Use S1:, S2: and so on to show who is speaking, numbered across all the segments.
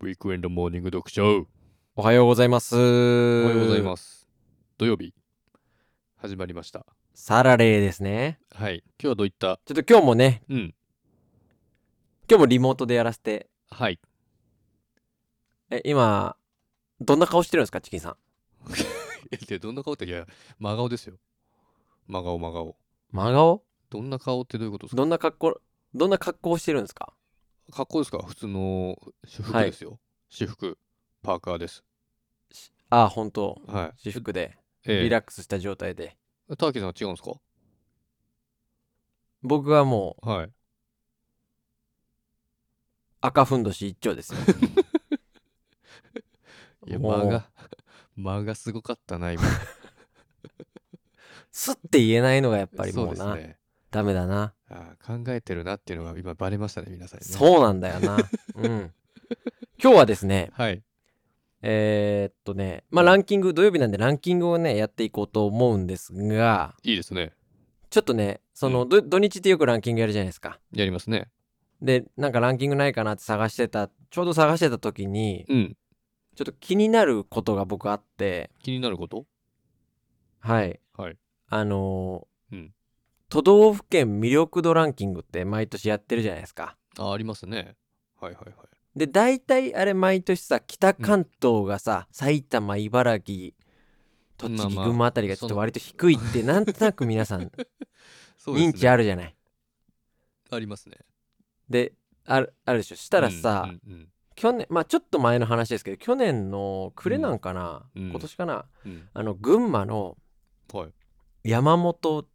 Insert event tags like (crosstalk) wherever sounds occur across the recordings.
S1: ウィークエンドモーニング読書
S2: おはようございます。お
S1: お
S2: は
S1: はようござい
S2: す。
S1: ます土曜日始まりました
S2: サラレーですね。
S1: はい今日はどういった
S2: ちょっと今日もね、
S1: うん
S2: 今日もリモートでやらせて、
S1: はい (laughs)
S2: え、今、どんな顔してるんですか、チキンさん。
S1: えでどんな顔っていや真顔ですよ真顔真顔
S2: 真顔
S1: どんな顔ってどういうことですか
S2: どんな格好、どんな格好してるんですか
S1: 格好ですか普通の私服
S2: はい
S1: ですよ、私服パーカーです
S2: ああ、本当
S1: はい
S2: 私服で、
S1: え
S2: リ
S1: え
S2: ラックスした状態で。
S1: ターキーさんは違うんですか
S2: 僕はもう、
S1: はい
S2: 赤ふんどし一丁ですよ。
S1: (laughs) いや
S2: もう
S1: 間が (laughs) 間がすごかったな今
S2: すって言えないのがやっぱり
S1: そう
S2: も
S1: で
S2: う
S1: す
S2: な、
S1: ね
S2: ダメだな。
S1: あー考えてるなっていうのが今バレましたね皆さんにね
S2: そうなんだよな。うん。今日はですね、
S1: はい
S2: えーっとね、まあランキング、土曜日なんでランキングをね、やっていこうと思うんですが、
S1: いいですね
S2: ちょっとね、その、
S1: う
S2: ど土日ってよくランキングやるじゃないですか。
S1: やりますね
S2: で、なんかランキングないかなって探してた、ちょうど探してた時に、
S1: うん
S2: ちょっと気になることが僕あって、
S1: 気になること
S2: はい。
S1: はい
S2: あのー
S1: うん
S2: 都道府県魅力度ランキングって毎年やってるじゃないですか。
S1: あありますねはいはいはい
S2: で、大体あれ毎年さ、北関東がさ、埼玉、茨城、栃
S1: まあ
S2: 木、
S1: まあ
S2: 群馬あたりがちょっと割と低いって、なんとなく皆さん
S1: そうですね
S2: 認知あるじゃない。
S1: ありますね
S2: であるあるでしょしたらさ、
S1: うんうん
S2: 去年まあちょっと前の話ですけど去年の暮れなんかな、
S1: うんうん
S2: 今年かな
S1: うん
S2: あの群馬の
S1: うんはい
S2: 山本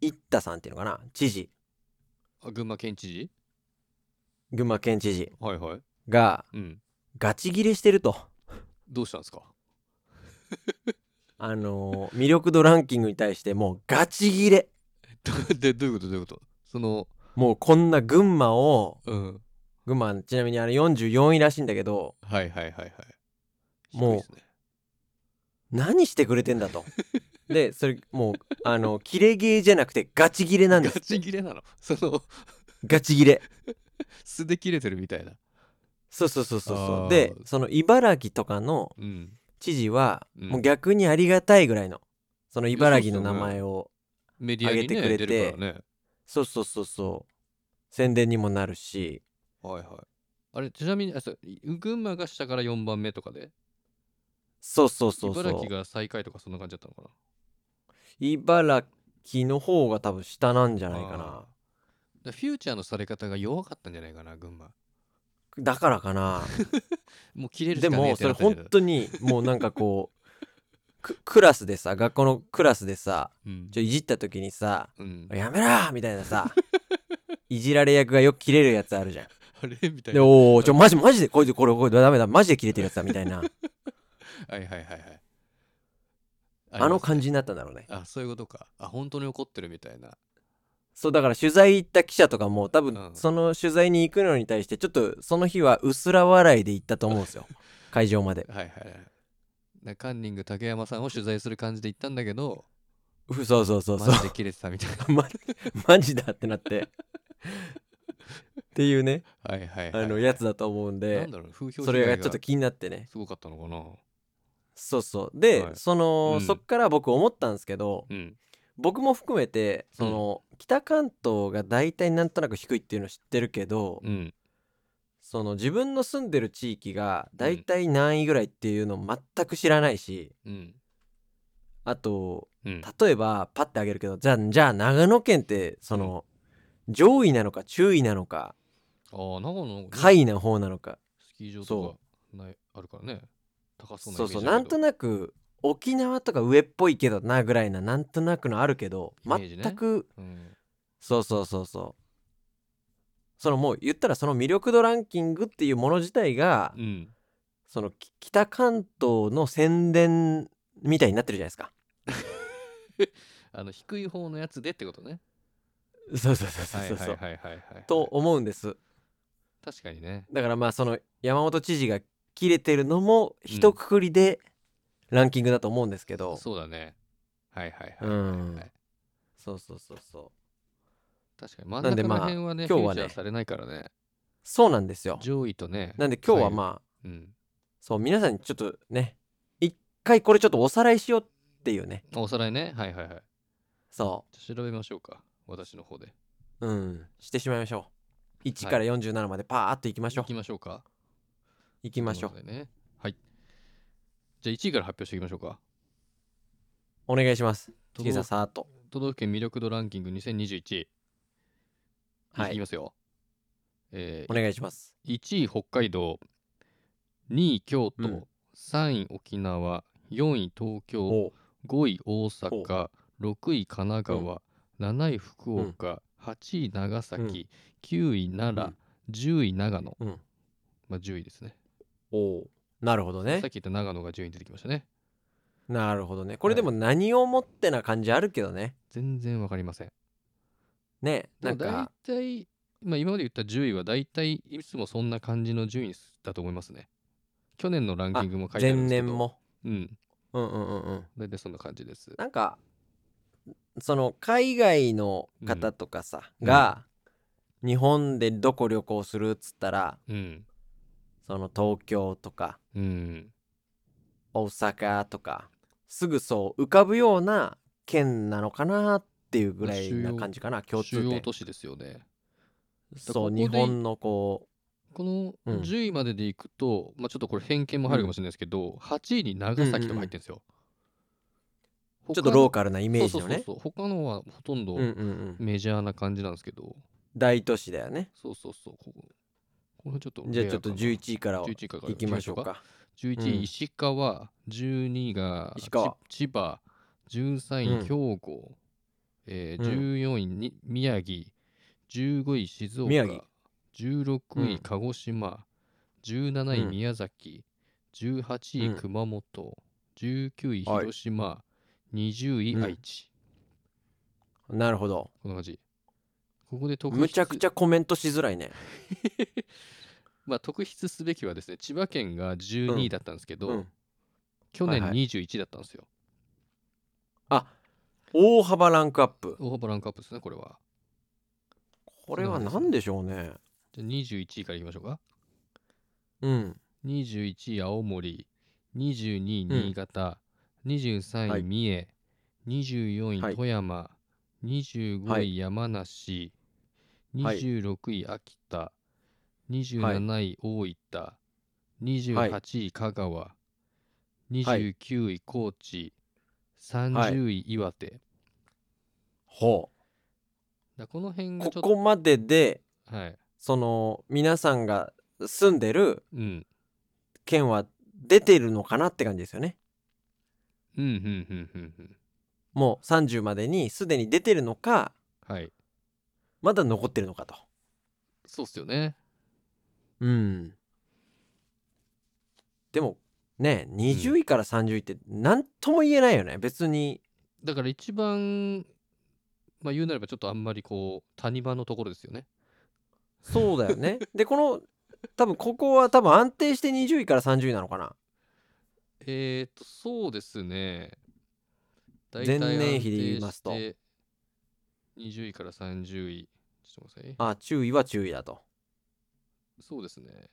S2: 一太さんっていうのかな知事
S1: あ群馬県知事
S2: 群馬県知事
S1: はいはい
S2: が
S1: うん
S2: ガチギレしてると
S1: どうしたんですか
S2: あのー魅力度ランキングに対してもうガチギレ
S1: ど (laughs) でどういうことどういうことその
S2: もうこんな群馬を
S1: うん
S2: 群馬ちなみにあれ44位らしいんだけど
S1: はいはいはいはい低い
S2: もう
S1: ですね
S2: 何してくれてんだとでそれもうあのキレゲーじゃなくてガチギレなんで
S1: ガ
S2: す
S1: チ切れなのその
S2: ガチギレ
S1: 素で切れてるみたいな
S2: そうそうそうそうそ
S1: あー
S2: うでその茨城とかの
S1: うん
S2: 知事は、
S1: うん
S2: もう逆にありがたいぐらいのその茨城の名前を
S1: メディアに、ね、
S2: 上げてくれて
S1: 出るからね
S2: そうそうそうそう宣伝にもなるし
S1: はいはいあれちなみにあそうい群馬が下から4番目とかで
S2: そうそうそうそう
S1: 茨城が最下位とかそんな感じだったのか
S2: 茨城の方が多分下なんじゃ
S1: な
S2: ないか
S1: あ
S2: な
S1: ーだフューチャーのされ方が弱かったんじゃないかな群馬
S2: だからかな
S1: もう切れるし
S2: で
S1: かねえ
S2: も
S1: って
S2: そ
S1: な
S2: れ
S1: ったんじゃない
S2: 本当にもうなんかこうくクラスでさ学校のクラスでさ
S1: うん
S2: ちょいじった時にさ
S1: うん
S2: 「やめろ!」みたい
S1: (laughs)
S2: なさいじられ役がよく切れるやつあるじゃん
S1: あれみたい
S2: で、
S1: な。
S2: おお、ちょ、マジ、マジで、こいつ、これ、これ、ダメだ、マジで切れてるやつだ、みた
S1: (laughs)
S2: いな、
S1: はいはいはいはい。
S2: あの感
S1: じ。
S2: じになったんだろうね。
S1: あ、そういうことか。あ、本当に怒ってるみたいな。
S2: そう、だから、取材行った記者とかも、多
S1: う
S2: 分
S1: ん、
S2: その取材に行くのに対して、ちょっと、その日は、うすら笑いで行ったと思うんですよ。
S1: (laughs)
S2: 会場まで。
S1: はいはいはい。なカンニング竹山さんを取材する感じで行ったんだけど、
S2: うそうそうそう
S1: マ
S2: そう
S1: ジ。で切れてたみ
S2: (laughs)
S1: たいな。
S2: マジ、マジだってなって。っていうね、
S1: はいはいはい。
S2: あの、やつだと思うん
S1: な
S2: で
S1: ん、だろう、風評
S2: それがちょっと
S1: 被
S2: 気になってね
S1: 害が。すごかったのかな。
S2: そうそう。で、
S1: はい
S2: そ
S1: う
S2: の、
S1: ん
S2: そっから僕思ったんですけど、
S1: うん。
S2: 僕も含めてその、北関東が大体なんとなく低いっていうの知ってるけど、
S1: うん。
S2: その自分の住んでる地域が大体何位ぐらいっていうのを全く知らないし、
S1: うん。
S2: あと
S1: うん。
S2: 例えばパッてあげるけどじゃあじゃあ長野県ってその、上位なのか中位なのか
S1: あー、長野の
S2: 下位な方なのか、
S1: スキー場と
S2: そ
S1: かないあるからね。高そうなイ
S2: そ
S1: メー
S2: う
S1: ジだ
S2: そう
S1: けど
S2: なんとなく沖縄とか上っぽいけどなぐらいななんとなくのあるけど
S1: イメージね
S2: 全く
S1: うん。
S2: そうそうそうそうそのもう言ったらその魅力度ランキングっていうもの自体が、
S1: うん。
S2: そのき北関東の宣伝みたいになってるじゃないですか
S1: あの、低い方のやつでってことね。
S2: そうそうそう
S1: はいはいはいはいはい。
S2: と、思うんです
S1: 確かにね。
S2: だからまあその山本知事が切れてるのも一括りでランキングだと思うんですけど、
S1: そうだね。はいはいはいはいはい、
S2: うんそうそうそうそう
S1: 確かに真ん
S2: なんで
S1: 中
S2: まあ
S1: の辺はね、
S2: 今日はね
S1: フィーチャーされないからね。
S2: そうなんですよ
S1: 上位とね。
S2: なんで今日は
S1: あ。
S2: まあ
S1: うん。
S2: そう皆さんにちょっとね一回これちょっとおさらいしようっていうね
S1: おさらいね。はいはいはい。
S2: そ
S1: 調べましょうか。私の方で。
S2: ううんしてしまいましょう1
S1: はい
S2: から47までパーっといきましょ
S1: 行
S2: う
S1: きましょうか。
S2: いきましょう
S1: といことでね。はい。じゃあ1位から発表していきましょうか。
S2: お願いします
S1: 都道
S2: チキンさんさーっと
S1: 都道府県魅力度ランキング2021。
S2: はい
S1: いきますよ。え
S2: お願いします
S1: ー、1位北海道、2位京都、
S2: うん
S1: 3位沖縄、4位東京、
S2: おう
S1: 5位大阪、6位神奈川、7位福岡、8位長崎、9位奈良、10位長野。
S2: うん
S1: まあ10位ですね。
S2: おうなるほどね
S1: さっき言った長野が10位に出てきましたね。
S2: なるほどねこれでも何をもってな感じあるけどね
S1: 全然わかりません。
S2: ね
S1: でも
S2: なんか
S1: 大体、まあ、今まで言った10位は大体いつもそんな感じの順位だと思いますね。去年のランキングも書いてあ
S2: 前
S1: るんですけど
S2: 年。も
S1: うん。
S2: うんうんうんうん
S1: 大体そんな感じです。
S2: なんかその海外の方とかさ、
S1: うん
S2: が日本でどこ旅行するっつったら
S1: うん。
S2: その東京とか
S1: うん。
S2: 大阪とかすぐそう浮かぶような県なのかなっていうぐらいな感じかな共
S1: 主
S2: 通
S1: 要
S2: 点
S1: 都市ですよね。
S2: そ
S1: ここ
S2: う
S1: で
S2: 日本のこ
S1: この
S2: うん
S1: 10位まででいくと、まあちょっとこれ偏見も入るかもしれないですけど、8位に長崎とか入ってるんですよ。
S2: うちょっとロー
S1: カ
S2: カルなイメージのね
S1: そうそうそうそう。他のはほとんど
S2: うんうんうん
S1: メジャーな感じなんですけど、
S2: 大都市だよね
S1: そうそうそう。こここの辺ちょっと
S2: じゃあちょっと
S1: レアかな
S2: 11位から
S1: 11位から
S2: いきましょうか
S1: 11
S2: うん
S1: 位石川、12位が
S2: 石川
S1: ち千葉13
S2: うん
S1: 位兵庫、えー
S2: うん
S1: 14位に宮城15位静岡
S2: 宮城
S1: 16
S2: うん
S1: 位鹿児島、17位
S2: うん
S1: 宮崎18
S2: うん
S1: 位熊本、19位
S2: はい
S1: 広島、20
S2: う
S1: 位
S2: ん
S1: 愛知、
S2: なるほど
S1: こんな感じここで特筆
S2: むちゃくちゃコメントしづらいね
S1: まあ、特筆すべきはですね千葉県が12位だったんですけど、
S2: うん
S1: 去年
S2: はいはい
S1: 21だったんですよ、
S2: あ大幅ランクアップ
S1: 大幅ランクアップですねこれは
S2: これは何でしょうね
S1: じゃあ21位からいきましょうか。
S2: うん
S1: 21位、青森。22位、
S2: うん
S1: 新潟。23位、
S2: はい
S1: 三重。24位、
S2: はい
S1: 富山。25位、
S2: はい
S1: 山梨。
S2: はい
S1: 26位、秋田。27位、大分。28位、香川。
S2: はい
S1: 29位、高知。30位、岩手。
S2: ほ
S1: だこの辺
S2: う
S1: が
S2: こ
S1: ちょっと、
S2: こまでで
S1: はい。
S2: その皆さんが住んでる
S1: うん。
S2: 県は出てるのかなって感じですよね
S1: うん、うん、うん、うん、うん。
S2: もう30までにすでに出てるのか
S1: はい。
S2: まだ残ってるのかと
S1: そうっすよね。
S2: うんでもね20位から30位って何とも言えないよね別に
S1: だから一番、まあ、言うなればちょっとあんまりこう谷間のところですよね。
S2: そうだよ (laughs) ねでこの多分ここは多分安定して20位から30位なのかな
S1: えー、っとそうですね。
S2: 前年比で言いますと
S1: 大体安定して20位から30位。ちょっと待ってくださ
S2: あ注意は注意だと
S1: い。そうですね。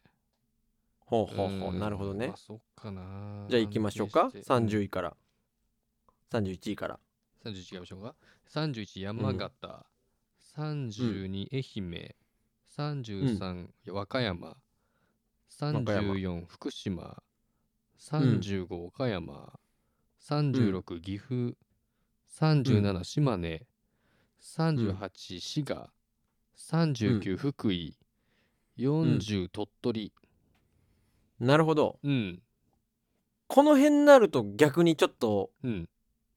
S2: ほうほうほう
S1: うん
S2: なるほどね
S1: まあ、そっかな。
S2: じゃあ行きましょうか
S1: 安定して
S2: 30位から31位から
S1: うん31行きましょうか。31山形、32愛媛、33和歌山、
S2: 歌山
S1: 34福島、35岡山、36岐阜、37島根、38滋賀、39福井、40鳥取。
S2: なるほど
S1: うん。
S2: この辺になると逆にちょっと
S1: うん。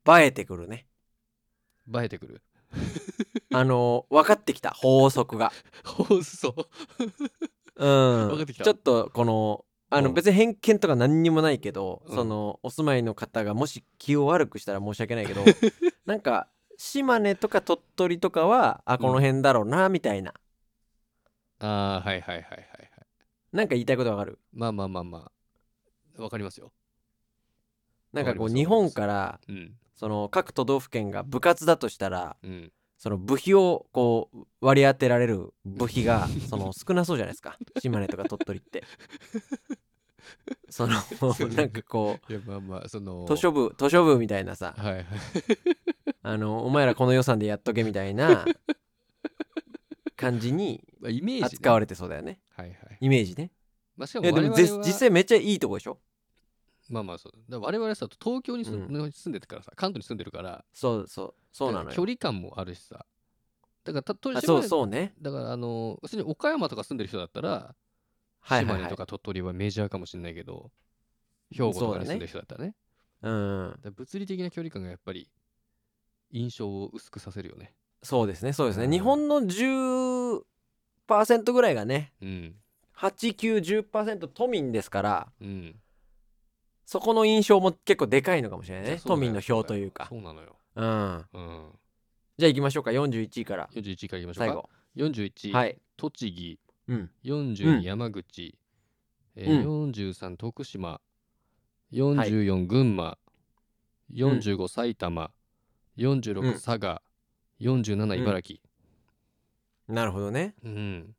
S2: 映えてくるね
S1: 映えてくる。
S2: あの分かってきた法則が
S1: 放送。
S2: うん
S1: 分かってきた
S2: ちょっとこのあの
S1: うん
S2: 別に偏見とか何にもないけど、
S1: うん
S2: そのお住まいの方がもし気を悪くしたら申し
S1: (laughs)
S2: 訳ないけどなんか島根とか鳥取とかはあこの辺だろうなみたいな、
S1: ああ、はいはいはいはいはい。
S2: なんか言いたいことわかる
S1: まあまあまあまあ。わかりますよ。
S2: なんかこ
S1: わか
S2: う
S1: ります
S2: 日本から
S1: うん。
S2: その各都道府県が部活だとしたら
S1: うん。
S2: その部費をこう割り当てられる部
S1: (laughs)
S2: 費がその少なそうじゃないですか島根とか鳥取ってその
S1: そうね
S2: なんかこ
S1: いやまあまあその
S2: う図書部図書部みたいなさ
S1: はいはい
S2: あのお前らこの予算でやっとけみたいな感じに
S1: まあイメージね、
S2: (laughs) 扱われてそうだよね
S1: はいはい
S2: イメージね
S1: まあしか
S2: い
S1: も我
S2: やで
S1: 々
S2: も
S1: は
S2: ぜ実際めっちゃいいとこでしょ
S1: まあまあそうだから我々さ東京に住,、
S2: うん
S1: 住んでてからさ関東に住んでるから
S2: そうそうそうなの
S1: だから
S2: よ
S1: 距離感もあるしさだからたと
S2: あそう
S1: 島根
S2: そうね
S1: だからあの別に岡山とか住んでる人だったら
S2: はい
S1: 島
S2: はい
S1: 根
S2: はい
S1: とか鳥取はメジャーかもしれないけど兵庫とかに住んでる人だったらね
S2: うん
S1: だから物理的な距離感がやっぱり印象を薄くさせるよね
S2: そうですねそうですね、
S1: うん
S2: 日本の10%ぐらいがね
S1: うん
S2: 8910%都民ですから
S1: うん
S2: そこの印象も結構でかいのかもしれない
S1: いや
S2: ね
S1: そうだ
S2: 都
S1: よ
S2: 民の票というか
S1: そうなのよ
S2: うん
S1: うん
S2: じゃあ行きましょうか41位から
S1: 41位からいきましょう
S2: 最
S1: か
S2: 後
S1: 41、
S2: はい
S1: 栃木
S2: うんう
S1: 42
S2: ん
S1: 山口、え
S2: う
S1: ー43徳島44群馬、45埼玉
S2: うん
S1: 46佐賀、47
S2: うん
S1: 茨城
S2: なるほどね
S1: うん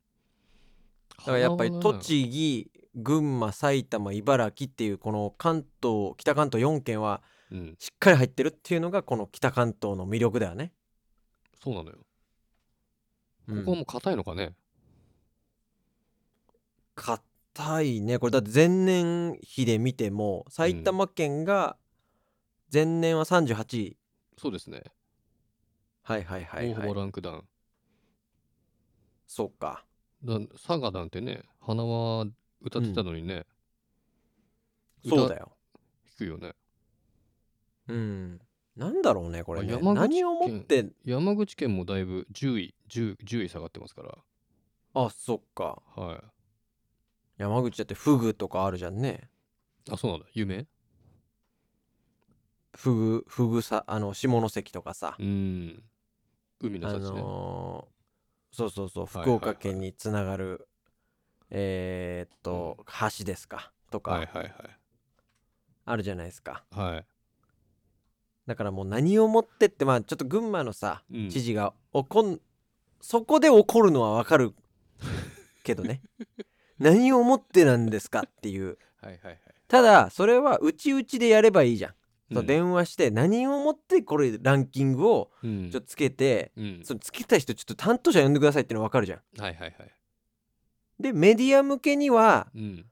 S2: だからやっぱり
S1: 花々な
S2: 栃木群馬埼玉茨城っていうこの関東北関東4県は
S1: うん
S2: しっかり入ってるっていうのがこの北関東の魅力だよね、
S1: そうなのよこ
S2: うん
S1: こはもう硬いのかね
S2: 硬いねこれだって前年比で見ても埼玉県が前年は38位、
S1: そうですね
S2: はいはいはい
S1: 大
S2: はい
S1: 幅ランクダウン
S2: そうか
S1: だ佐賀なんてね花は歌ってたのにね、歌
S2: そうだよ
S1: 低いよね
S2: うんなんだろうねこれね
S1: あ山口
S2: 何をもって
S1: 山口県もだいぶ10位 10, 10位下がってますから
S2: あそっか
S1: はい
S2: 山口だってフグとかあるじゃんね
S1: あそうなんだ夢
S2: フグフグさあの下関とかさ、
S1: うん海の
S2: あ
S1: 幸ね、
S2: のーそうそうそう
S1: はいはい
S2: 福岡県につながる、えーっと、橋ですかと
S1: はい
S2: か
S1: はい
S2: あるじゃないですか、
S1: はいはい
S2: だからもう何をもってってまあちょっと群馬のさ、
S1: うん
S2: 知事が怒んそこで怒るのはわか
S1: (laughs)
S2: るけどね何をもってなんですかっていう
S1: はいはいはい
S2: ただそれはうちうちでやればいいじゃん、そう
S1: うん
S2: 電話して何をもってこれランキングを
S1: うん
S2: ちょっとつけて、
S1: うん
S2: そのつけた人ちょっと担当者呼んでくださいっていうのわかるじゃん
S1: はいはいはい
S2: でメディア向けには
S1: うん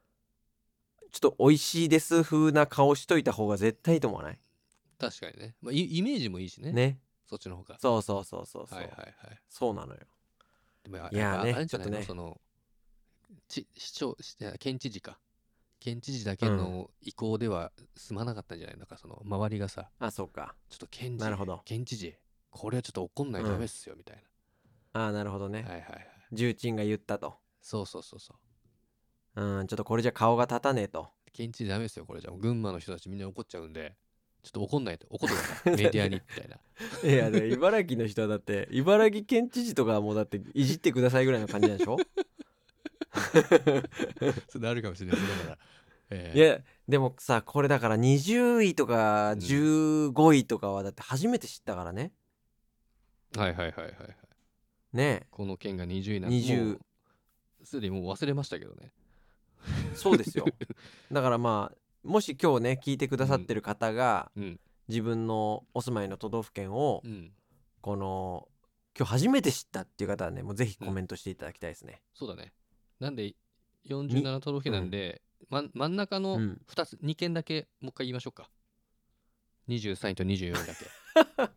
S2: ちょっと美味しいです風な顔しといた方が絶対いいと思わない
S1: 確かにね、まあ、イイメージもいいしね
S2: ね
S1: そっちの方が
S2: そうそうそうそうそう、
S1: はいはいはい
S2: そうなのよ
S1: でもや
S2: いや
S1: や
S2: ー
S1: っぱ
S2: ね
S1: あれじゃないの
S2: ちょっとね
S1: そのち市長しいや県知事か県知事だけの意向では済まなかったんじゃないのかその周りがさ
S2: あそうか
S1: ちょっと県知
S2: なるほど
S1: 県知事これはちょっと怒んないとダメっすよみたい
S2: ああなるほどね、
S1: な、はいはいはい
S2: 重鎮が言ったと。
S1: そうそうそうそう
S2: うん、ちょっとこれじゃ顔が立たねえと。
S1: 県知事ダメですよこれじゃ群馬の人たちみんな怒っちゃうんでちょっと怒ん (laughs) ないと怒ってくださいメディアにみたいない
S2: や、で茨城の人はだって、茨城県知事とかはもうだって、いじってくださいぐらいの感じなんでしょ
S1: (laughs) それあるかもしれないですだから、 (laughs) え
S2: い
S1: ー
S2: や、でもさ、これだから20位とか
S1: うん
S2: 15位とかはだって初めて知ったからね。
S1: はいはいはいはいはい
S2: ね
S1: この県が20位なんて
S2: 20
S1: もうすでにもう忘れましたけどね
S2: え、そうですよ。
S1: (laughs)
S2: だからまあ、もし今日ね、聞いてくださってる方が、
S1: うん
S2: 自分のお住まいの都道府県を、
S1: うん
S2: この、今日初めて知ったっていう方はね、もうぜひコメントしていただきたいですね。 (laughs)
S1: そうだねなんで47都道府県なんで、ま真ん中
S2: う
S1: の
S2: ん
S1: 2つ、2県だけもう一回言いましょうか23位と24位だけ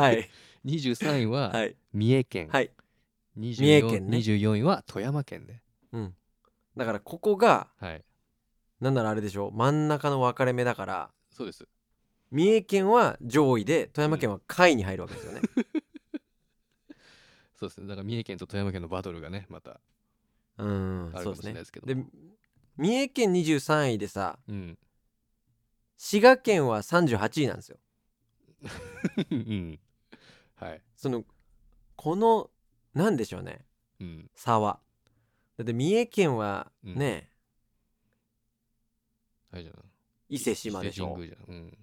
S2: はい。
S1: 23位は (laughs)
S2: はい。
S1: 三重県、
S2: はい。
S1: 24
S2: 三重県ね
S1: 24位は富山県ね
S2: うん、だからここが
S1: はい
S2: なんならあれでしょ真ん中の分かれ目だから
S1: そうです
S2: 三重県は上位で富山県は下位に入るわけで
S1: (laughs)
S2: すよね。
S1: そうですねだから三重県と富山県のバトルがねまた
S2: うん、
S1: あるか
S2: そ
S1: も
S2: うで
S1: しれ
S2: す
S1: ない
S2: ね
S1: ですけど
S2: で三重県23位でさ
S1: うん (laughs)
S2: 滋賀県は38位なんですよ。
S1: うんはい
S2: そのこのなんでしょうね
S1: うん
S2: 差は。だって三重県はね、
S1: あれじゃない
S2: 伊勢志摩でしょ
S1: 伊勢神宮じゃんうん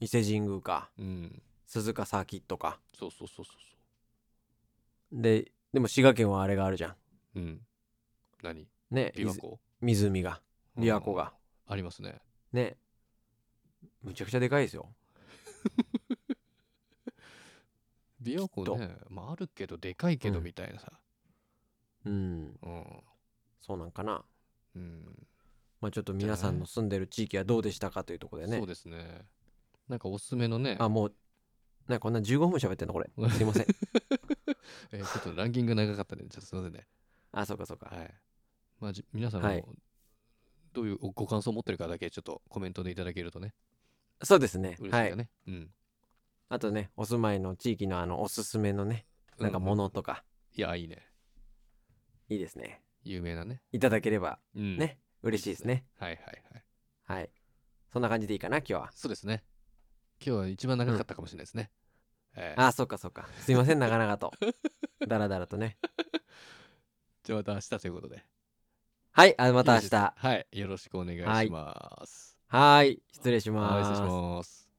S2: 伊勢神宮か
S1: うん
S2: 鈴鹿サーキットか
S1: そうそうそうそうそう
S2: ででも滋賀県はあれがあるじゃ
S1: うん。何
S2: んね
S1: 琵琶湖
S2: 水湖が琵琶湖が、
S1: ありますね。
S2: ねむちゃくちゃでかいですよ
S1: 琵琶湖ね、まああるけど、でかいけど
S2: うん
S1: みたいなさ。
S2: うん
S1: うん。
S2: そうなんかな
S1: うん。
S2: まあちょっと皆さんの住んでる地域はどうでしたかというところでね
S1: そうですね。なんかおすすめのね、
S2: あもうなんかこんな15分喋ってんのこ (laughs) れすいません
S1: えーちょっとランキング長かったね。ちょっとすいませんね。
S2: あそうかそうか、
S1: はい。まあ、じ皆さん
S2: はい
S1: も、どういうご感想を持ってるかだけ、ちょっとコメントでいただけるとね、
S2: そうですね
S1: 嬉しいか
S2: はい
S1: ね。うん。
S2: あとねお住まいの地域のあのおすすめのねなんかも
S1: の
S2: のとか、
S1: いや、いいね。
S2: いいですね
S1: 有名なね。
S2: いただければ
S1: うん。。
S2: ね、嬉しいですね
S1: はいはいはい。
S2: はいそんな感じでいいかな今日は
S1: そうですね。今日は一番長かったかもしれないですね。えー
S2: あそうかそうかすいませんなかなかとだらだらとね
S1: じゃあまた明日ということで。
S2: はいあまた
S1: いい
S2: 明
S1: です
S2: 日
S1: はい。よろしくお願いします。
S2: はい失礼し
S1: はい、
S2: ま
S1: 失
S2: す
S1: 礼します。